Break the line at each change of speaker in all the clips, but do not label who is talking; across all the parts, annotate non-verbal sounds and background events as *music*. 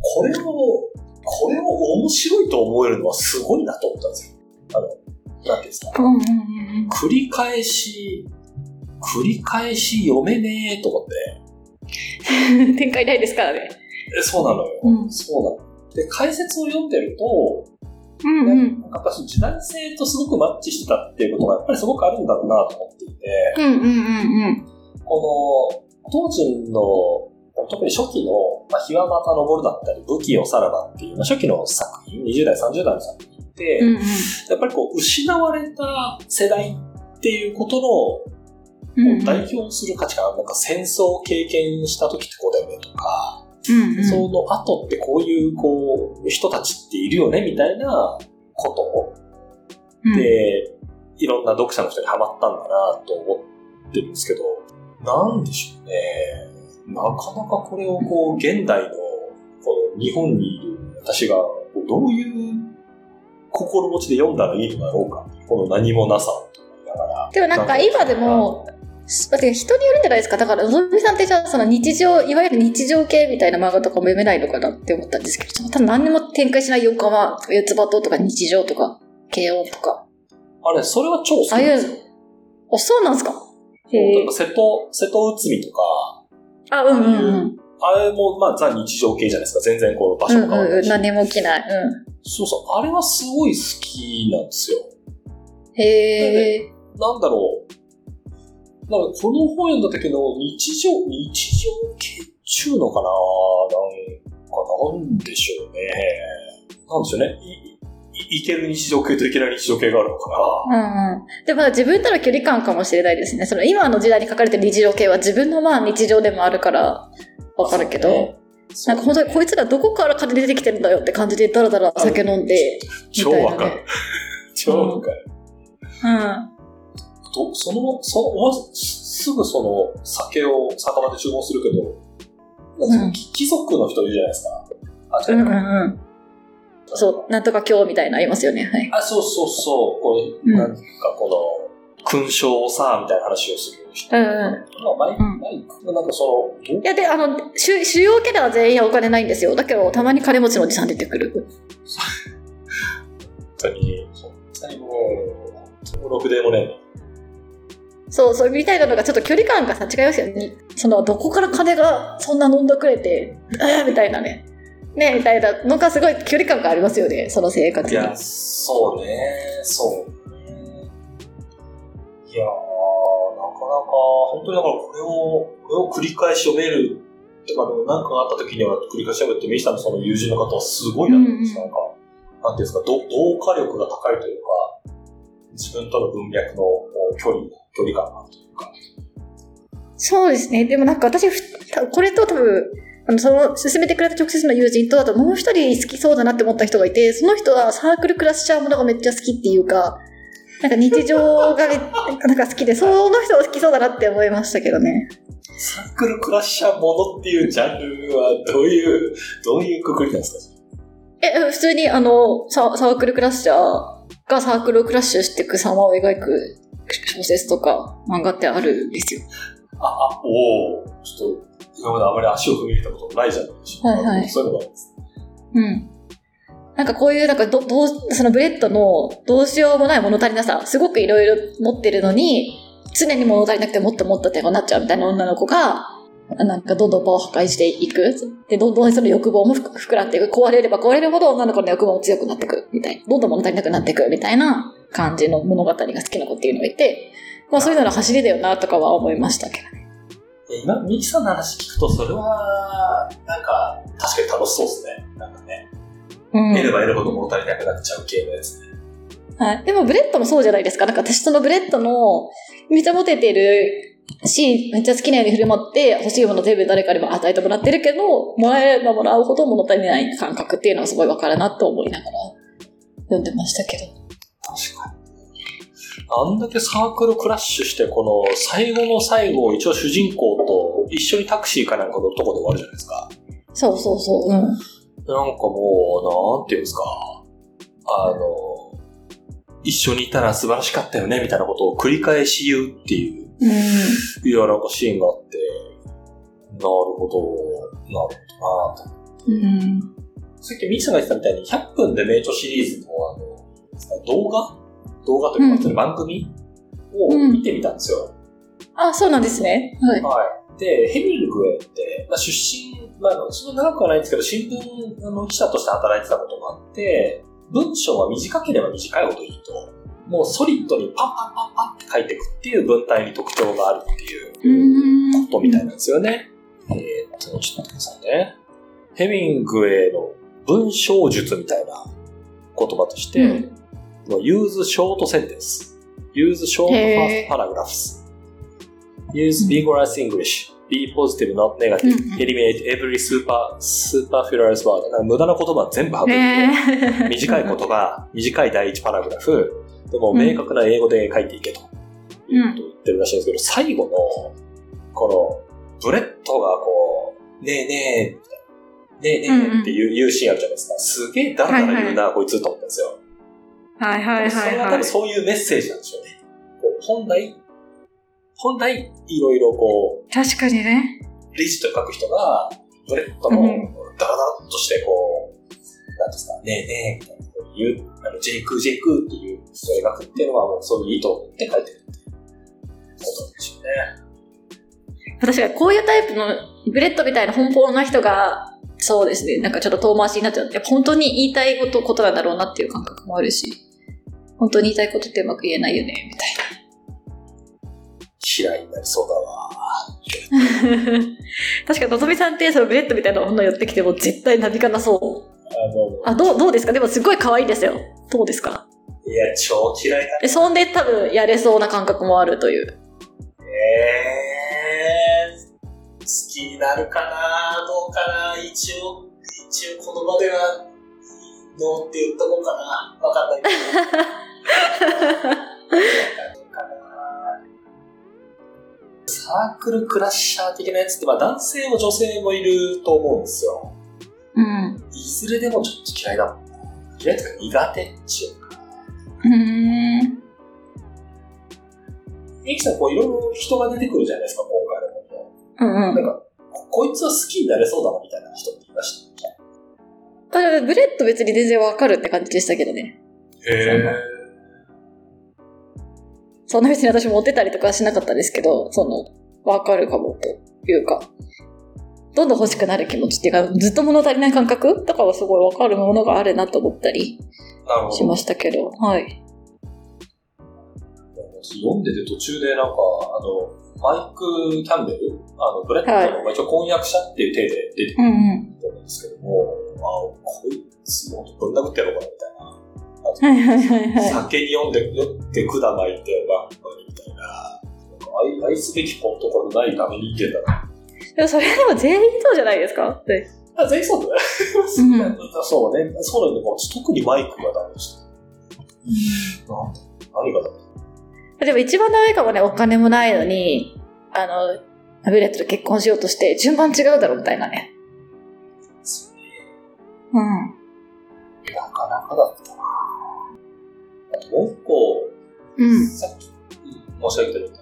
これを、これを面白いと思えるのはすごいなと思ったんですよ。あの、なんていうんですか。
うんうんうん
繰り返し、繰り返し読めねえと思って。
うん。展開ないですからね。
えそうなのよ。
うん
そうなの。で、解説を読んでると、
うんうん。
なんかやっぱ時代性とすごくマッチしてたっていうことがやっぱりすごくあるんだろうなと思っていて、
うんうんうん
この、当時の、特に初期の、まあ、日はまた昇るだったり、武器をさらばっていう、まあ、初期の作品、20代、30代の作品って、
うん。うん
やっぱりこう、失われた世代っていうことの
うん。
代表する価値観、なんか戦争を経験した時ってこうだよねとか、
うんうん。
その後ってこういうこう人たちっているよねみたいなこ
うん
とで、いろんな読者の人にハマったんだなと思ってるんですけど、なんでしょうね。なかなかこれをこう現代のこの日本にいる私がこうどういう心持ちで読んだらいいのだろうか、この何もなさと思いながら。
でもなんか今でも、すだって人によるんじゃないですか。だから、のぞみさんってじゃあ、その日常、いわゆる日常系みたいな漫画とかも読めないのかなって思ったんですけど、ちょっと多分何にも展開しない4コマ、四つ葉ととか日常とか、慶応とか。
あれ、それは超好きなんですよ。
あ、そうなんですかへ
例え
え
ば。瀬戸、瀬戸内海とか、
あ、うんうんうん。
あれも、まあ、ザ日常系じゃないですか。全然こう、場所
う
も
ん
変わら
うん
な
う
い
ん。
し。
何も起きない。う
そうそう。あれはすごい好きなんですよ。
ん。へえ。
なんだろう。なんか、この本読んだ時の日常、日常系っちゅうのかななんか、なんでしょうね。なんでしょうね。い、い、いける日常系といけない日常系があるのか
う
な、
んうん。でも自分との距離感かもしれないですね。その今の時代に書かれてる日常系は自分のまあ日常でもあるから、わかるけど。
そう
なん
ね、
か本当にこいつらどこから金出てきてるんだよって感じでダラダラ酒飲んで。
超わか
みたいな
る。超わかる。
うん。
と、その、その、まず、すぐその、酒を酒場で注文するけど、なんか
うん
貴貴族の人いるじゃないですか。あ、
う
違
ん
う
う
か
んうん。そう、なんとか今日みたいなのありますよね。はい。
あ、そうそうそう。こう
うん
なんかこの、勲章をさ、みたいな話をする人。
うん
まあ、毎
うん
毎なんかその、
いや、で、あの、主主要キャラは全員お金ないんですよ。だけど、たまに金持ちのおじさん出てくる。
本当に、本当にもう、本当にろくでもねえな。
そう、そう、みたいなのがちょっと距離感がさ、違いますよね。その、どこから金がそんな飲んだくれて、えーみたいなね。ね、みたいなのがすごい距離感がありますよね。その生活
い
に。
や、そうね、そうね。いやー、なかなか、本当にだからこれを、これを繰り返し読めるってか、なんかあった時には繰り返し読むって、ミシさんのその友人の方はすごいなと思うんです、
うんう
なん
ん
か、なんていうんですか、ど同化力が高いというか、自分との文脈のこう距離、距離感が。
そうですね。でもなんか私ふ、たこれと多分、あの、その、勧めてくれた直接の友人と、あともう一人好きそうだなって思った人がいて、その人はサークルクラッシャーものがめっちゃ好きっていうか、なんか日常がめ *laughs* なんか好きで、その人は好きそうだなって思いましたけどね。
サークルクラッシャーものっていうジャンルは、どういう、どういうくくりなんですか
え、普通にあの、ササークルクラッシャーがサークルをクラッシュしていく様を描く小説とか漫画ってあるんですよ。
あ、あ、おおちょっと、今まであまり足を踏み入れたことないじゃないですか。
はいはい
そういうのが
うん。なんかこういう、なんかど、どう、そのブレッドのどうしようもない物足りなさ、すごくいろいろ持ってるのに、常に物足りなくてもっともっとってなっちゃうみたいな女の子が、なんかどんどん場を破壊していく。で、どんどんその欲望もふく膨らんでいく。壊れれば壊れるほど女の子の欲望も強くなっていく。みたいな。どんどん物足りなくなっていく。みたいな感じの物語が好きな子っていうのがいて、まあそういうのの走りだよなとかは思いましたけど。
え今、ミキさんの話聞くと、それは、なんか、確かに楽しそうですね。なんかね、
うん
得れば得るほど物足りなくなっちゃう系のやつね。
はい。でも、ブレッドもそうじゃないですか。なんか、私そのブレッドの、めっちゃモテてるし、めっちゃ好きなように振る舞って、欲しいもの全部誰かにも与えてもらってるけど、もらえればもらうほど物足りない感覚っていうのはすごいわかるなと思いながら読んでましたけど。
確かに。あんだけサークルクラッシュして、この、最後の最後、一応主人公と一緒にタクシーかなんかのとこで終わるじゃないですか。
そうそうそう。うん。
なんかもう、なんていうんですか、あの、一緒にいたら素晴らしかったよね、みたいなことを繰り返し言うっていう
うん。
いや、なんかシーンがあって、なるほど、なるほどなぁと思って。
うん。
さっきミキさんが言ってたみたいに、100分で名著シリーズのあの動画動画というか、
うん
番組を見てみたんですよ。
あ、そうなんですね。はい。
はい。で、ヘミングウェイって、まあ、出身、まあ、そんな長くはないんですけど、新聞の記者として働いてたこともあって、文章は短ければ短いほどいいと。もうソリッドにパンパンパンパンって書いていくっていう文体に特徴があるっていう。
ん
ことみたいなんですよね。えーっと、ちょっと待ってくださいね。ヘミングウェイの文章術みたいな言葉として、
うん
もう use short sentence, use short first
へー
paragraphs, use vigorous English, be positive, not
うん
negative,
うん
eliminate every super, superfluous word. なんか無駄な言葉は全部省いて、
ねえ
短いことが、短い第一パラグラフ、でも明確な英語で書いていけと、いうことを言ってるらしいんですけど、最後の、この、ブレットがこう、ねえねえ、みたいな、ねえねえっていう,、いうシーンあるじゃないですか。すげえダラダラ言うな、こいつと思ったんですよ。
はいはい
そ
はい
れは多
はい
分。そういうメッセージなんでしょうね。こう本来、本来、いろいろこ
確かにね。
う、レジと書く人が、ブレットの
うん
ダラダラっとしてこう、なんですか、ねえねえ、みたいなことを言う、あの、ジェイクジェイクっていう人を描くっていうのはもうそういう意図を持って書いてるっていうことなんでしょうね。
確かにこういうタイプのブレッドみたいな奔放な人が、そうですね。なんかちょっと遠回しになっちゃって、本当に言いたいこと、ことなんだろうなっていう感覚もあるし、本当に言いたいことってうまく言えないよね、みたいな。
嫌いになりそうだ
*laughs*
わ。
確かのぞみさんってそのブレッドみたいな女寄ってきても絶対なびかなそう
あ
あどうどうですかでもすごい可愛いですよどうですか
の、いや、超嫌いだ
えそんで多分やれそうな感覚もあるという
ね。好きになるかなどうかな一応、一応この場では、ノーって言っとこうかなわかんないけど。サークルクラッシャー的なやつって、まあ男性も女性もいると思うんですよ。
うん
いずれでもちょっと嫌いだもんな。嫌いというか苦手っちゅうか。
うん
ミキさん、こういろいろ人が出てくるじゃないですか、今回のこと。
うん
なんか、ここいつは好きになれそうだなみたいな人っていましたっ
うん、ブレッド別に全然わかるって感じでしたけどね
けへ
ーそんな別に私モテたりとかはしなかったですけどそのわかるかもというかどんどん欲しくなる気持ちっていうかずっと物足りない感覚とかはすごいわかるものがあるなと思ったり
なるほど。
しましたけどはい
読んでて途中でなんか、あの、マイク・キャンベル、あの、ブレッドの、まあ一応婚約者っていう体で出てく
うんうん
ると思うんですけども、あこいつもぶん殴ってやろうかなみた
はいい
な。
はいはいはい
酒に読んで、酔って管巻いて、バンバンみたいな。なんか愛愛すべきポンところないために言ってんだな。
でもそれでも全員そうじゃないですかって
あ、全員そうだね。 *laughs*
うん
そうね。そうなんだよ。特にマイクがダメでした。なんだ何がダメ
でも一番ダメかもね、お金もないのに、あの、アビレットと結婚しようとして、順番違うだろみたいなね。
です
うん。
なかなかだったなあともう一個、
うん。
さっき申し上げたように、100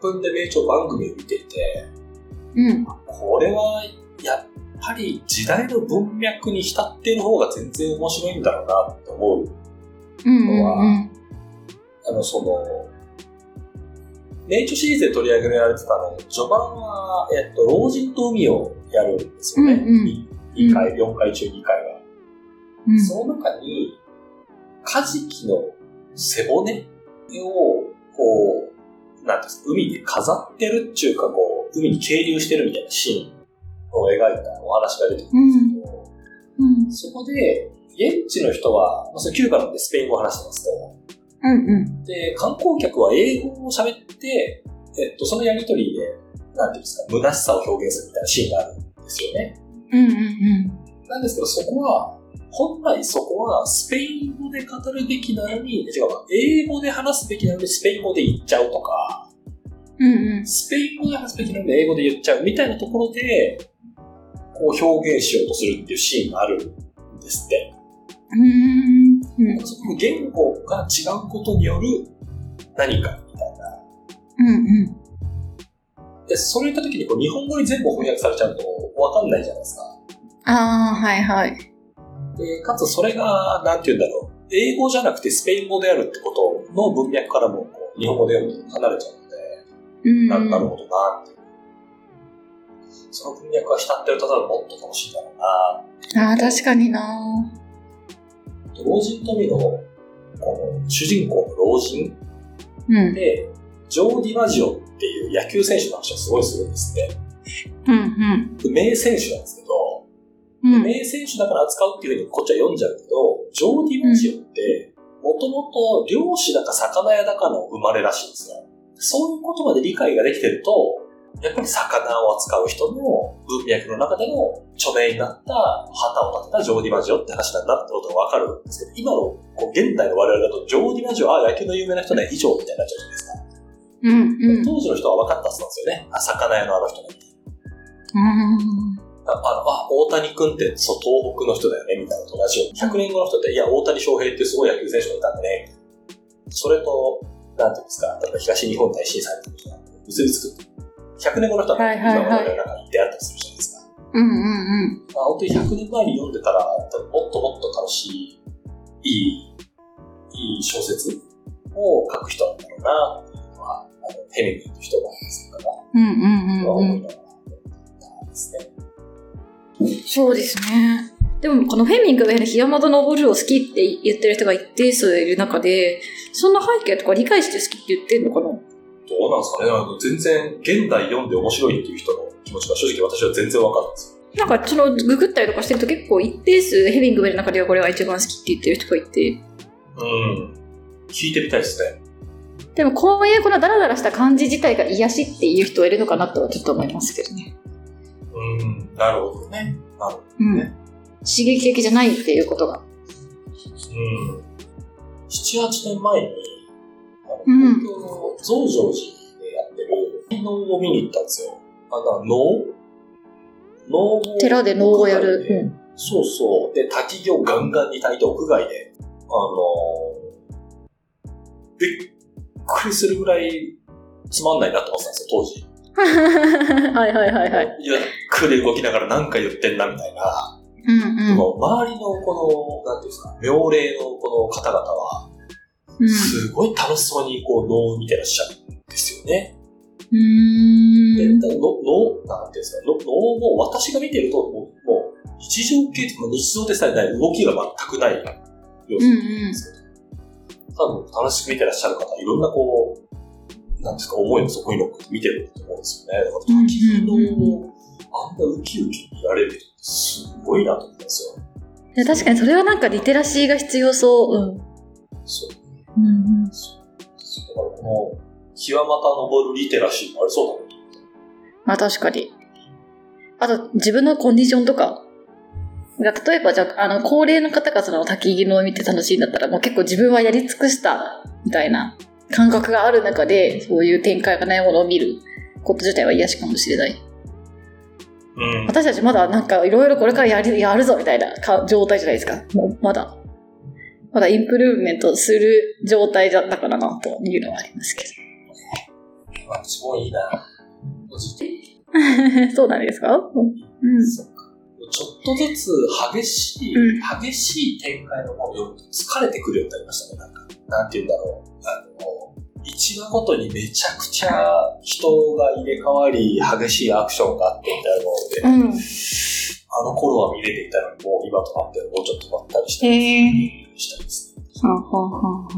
分で名著番組を見ていて、
うん。
これはやっぱり時代の文脈に浸っている方が全然面白いんだろうなって思う。
うん
うんあの、その、名著シリーズで取り上げられてたあの、序盤は、えっと、老人と海をやるんですよね。
うんうん
い2回、4回中2回は。
うん
その中に、カジキの背骨を、こう、なんていうんですか、海に飾ってるっていうか、こう、海に渓流してるみたいなシーンを描いたお話が出てくるんですけど、
うん。
そこで、現地の人は、まあ、それキューバなんでスペイン語を話してますと、
うんうん。
で、観光客は英語を喋って、えっと、そのやりとりで、なんていうんですか、虚しさを表現するみたいなシーンがあるんですよね。
うんうん
なんですけど、そこは、本来そこはスペイン語で語るべきなのに、違うわ英語で話すべきなのにスペイン語で言っちゃうとか、
うん。うんうん。
スペイン語で話すべきなのに英語で言っちゃうみたいなところで、こう表現しようとするっていうシーンがあるんですって。
うん。うん
そこの言語が違うことによる何かみたいな。
うん。
で、それ言った時にこう日本語に全部翻訳されちゃうと分かんないじゃないですか。
ああ、はいはい。
で、かつそれが、なんて言うんだろう。英語じゃなくてスペイン語であるってことの文脈からも、こう日本語で読むと離れちゃうので、
うん。
ななるほどなっていう。その文脈が浸ってると多分もっと楽しいんだろうな。
ああ、確かにな。
老人とみの、この主人公の老人
うん。
で、ジョーディ・マジオっていう野球選手の話をすごいするんですね。
うん、
で名選手なんですけど、
うん。うん。
名選手だから扱うっていうふうにこっちは読んじゃうけど、ジョーディ・マジオって、もともと漁師だか魚屋だかの生まれらしいんですよ。そういうことまで理解ができてると、やっぱり魚を扱う人の文脈の中での著名になった旗を立てたジョーディ・マジオって話なんだってことがわかるんですけど、今のこう現代の我々だとジョーディ・マジオ、ああ、野球の有名な人ね、以上みたいになっちゃうじゃないですか。
うん、うん。
当時の人は分かったはずなんですよね。あ、魚屋のあの人ね。
うん
ああの、あ、大谷君って、そう、東北の人だよね、みたいなのと同じように。100年後の人って、いや、大谷翔平ってすごい野球選手がいたんだね、みたいなそれと、なんていうんですか、例えば東日本大震災の時に結びつく。100年後の人は、
はいはいはい
今までなんか出会ったりするじゃないですか。
うんうん
まあ、本当に100年前に読んでたら、もっともっと楽しい、いい、いい小説を書く人なんだろうな、っていうのは、あの、ヘミングという人がですから、
うんうんうん
は
うん
思
う
い
ん
ながら読んでたんですね。
そうですねでもこのフェミングウェイの「日山田昇」を好きって言ってる人が一定数いる中でそんな背景とか理解して好きって言ってんのかな
どうなんですかねあの全然、現代読んで面白いっていう人の気持ちが正直私は全然わかんないですよ。
なんかそのググったりとかしてると結構一定数ヘミングウェイの中ではこれが一番好きって言ってる人がいて
うん。聞いてみたいですね。
でもこういうこのダラダラした感じ自体が癒しっていう人はいるのかなとはちょっと思いますけどね
うん、なるほどね。なるほど。
うん刺激的じゃないっていうことが
うん。7、8年前に、あの
うん
東京の増上寺でやってる、天皇を見に行ったんですよ。あだから能能を
寺で能をやる、うん
そうそう。で、焚き火をガンガンに焚いて屋外で、あのーびっくりするぐらいつまんないなと思ってたんですよ、当時。
はいはいはいはい。
ゆっくり動きながら何か言ってんなみたいな。
うん
でも周りのこの、なんていうんですか、妙齢のこの方々は、
うん。
すごい楽しそうにこう、能を見てらっしゃるんですよね。
う
で、
ん。
だからの能、なんていうんですか、の能も私が見てると、もう、もう日常系とか日常でさえない動きが全くない様
う
子
んうん。
多分楽しく見てらっしゃる方、いろんなこう、なんていうんですか、思いもそこに乗っけて見てると思うんですよね。だから、
うんうんうん
昨日、あんなウキウキ見られるってすごいなと思ったんですよ。
いや確かにそれはなんかリテラシーが必要そう。
そう。
うん。うんうん、
だからこの、極また登るリテラシーもありそうだなと
まあ確かに。あと自分のコンディションとか。が例えばじゃああの高齢の方がその焚き木のを見て楽しいんだったらもう結構自分はやり尽くしたみたいな感覚がある中でそういう展開がないものを見ること自体は癒しかもしれない。
うん。
私たちまだなんかいろいろこれからやるやるぞみたいなか状態じゃないですかもうまだまだインプルーブメントする状態だったからなというのはありますけ
まあ、すごいいいな。個人的に
ど *laughs* そうなんですかうん
そうかちょっとずつ激しい、
う
激しい展開の本を読むと疲れてくるようになりましたね、なんか。なんて言うんだろう。あの、一話ごとにめちゃくちゃ人が入れ替わり、激しいアクションがあってみたいなもので、
うん
あの頃は見れていたのに、もう今となってはもうちょっとばったりして、したいですね。
ははは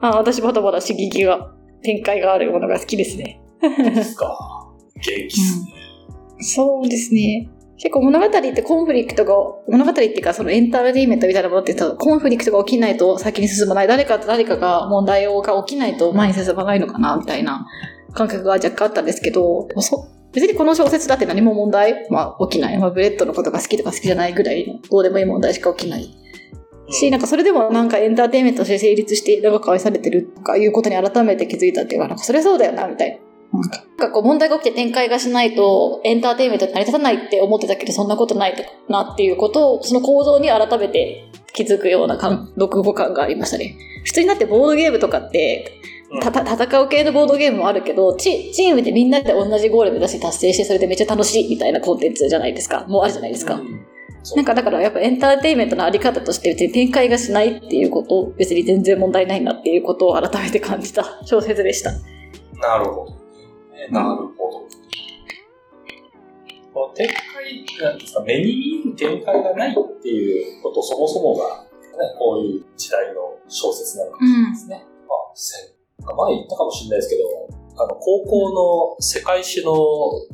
あ私まだまだ刺激が展開があるものが好きですね
ですか。元気ですね。
そうですね結構物語ってコンフリクトが物語っていうかそのエンターテインメントみたいなものってさコンフリクトが起きないと先に進まない誰かと誰かが問題が起きないと前に進まないのかなみたいな感覚が若干あったんですけどでもそ別にこの小説だって何も問題、まあ、起きない、まあ、ブレッドのことが好きとか好きじゃないぐらいのどうでもいい問題しか起きないし、なんかそれでもなんかエンターテインメントとして成立して長く愛されてるとかいうことに改めて気づいたっていうか、なんかそりゃそうだよな、みたいな。なんかこう問題が起きて展開がしないとエンターテインメントに成り立たないって思ってたけどそんなことないとかなっていうことをその構造に改めて気づくような感読後感がありましたね普通になってボードゲームとかって
うん
たた戦う系のボードゲームもあるけどチチームでみんなで同じゴール目指して達成してそれでめっちゃ楽しいみたいなコンテンツじゃないですかもうあるじゃないですか、
うんそう
なんかだからやっぱエンターテインメントのあり方として別に展開がしないっていうこと、別に全然問題ないなっていうことを改めて感じた小説でした。
なるほど。ねなるほど。この展開、なんですか、目に見える展開がないっていうことそもそもが、ね、こういう時代の小説なのかもしれないですね。まあ、せん前言ったかもしれないですけど、あの、高校の世界史の、う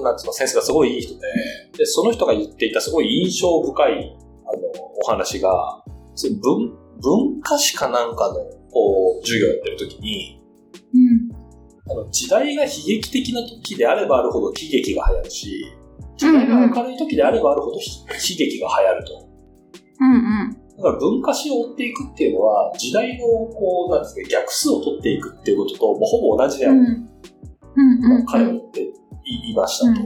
んなんつうの、先生がすごいいい人で、で、その人が言っていたすごい印象深い、あの、お話が、その文、文化史かなんかの、こう、授業やってる時に、
うん。
あの時代が悲劇的な時であればあるほど喜劇が流行るし、時代が明るい時であればあるほどひ悲劇が流行ると。
うんうん。
だから文化史を追っていくっていうのは、時代のこう、なんですか、逆数を取っていくっていうことと、もうほぼ同じであ
う
る
ん。うん
と、
うん。
彼は言って言いましたと。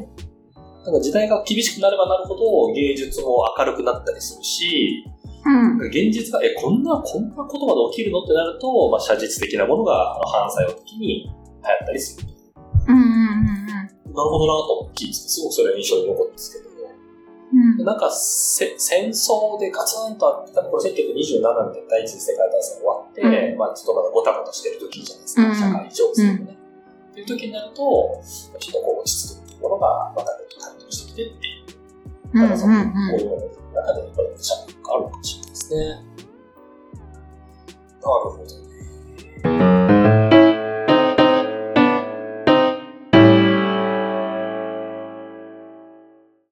なんか時代が厳しくなればなるほど、芸術も明るくなったりするし、
うん。
現実が、え、こんな、こんなことまで起きるのってなると、まあ、写実的なものが、あの反作用的に流行ったりする。
うんうん
なるほどなと思って聞いてて、すごくそれは印象に残ったんですけども、
うん。
なんかせ戦争でガツンとあったの、これ1927年で第一次世界大戦終わって、
う
まあちょっとまだごたごたしてる時じゃないですか、
うん
社会情勢もね。っていう時になると、ちょっとこう落ち着くっていうものが、またちょっと台頭してきてっていう、
うんう
た
ん
だその、こう
う
いうのの中でやっぱり社会があるかもしれないですね。なるほどね。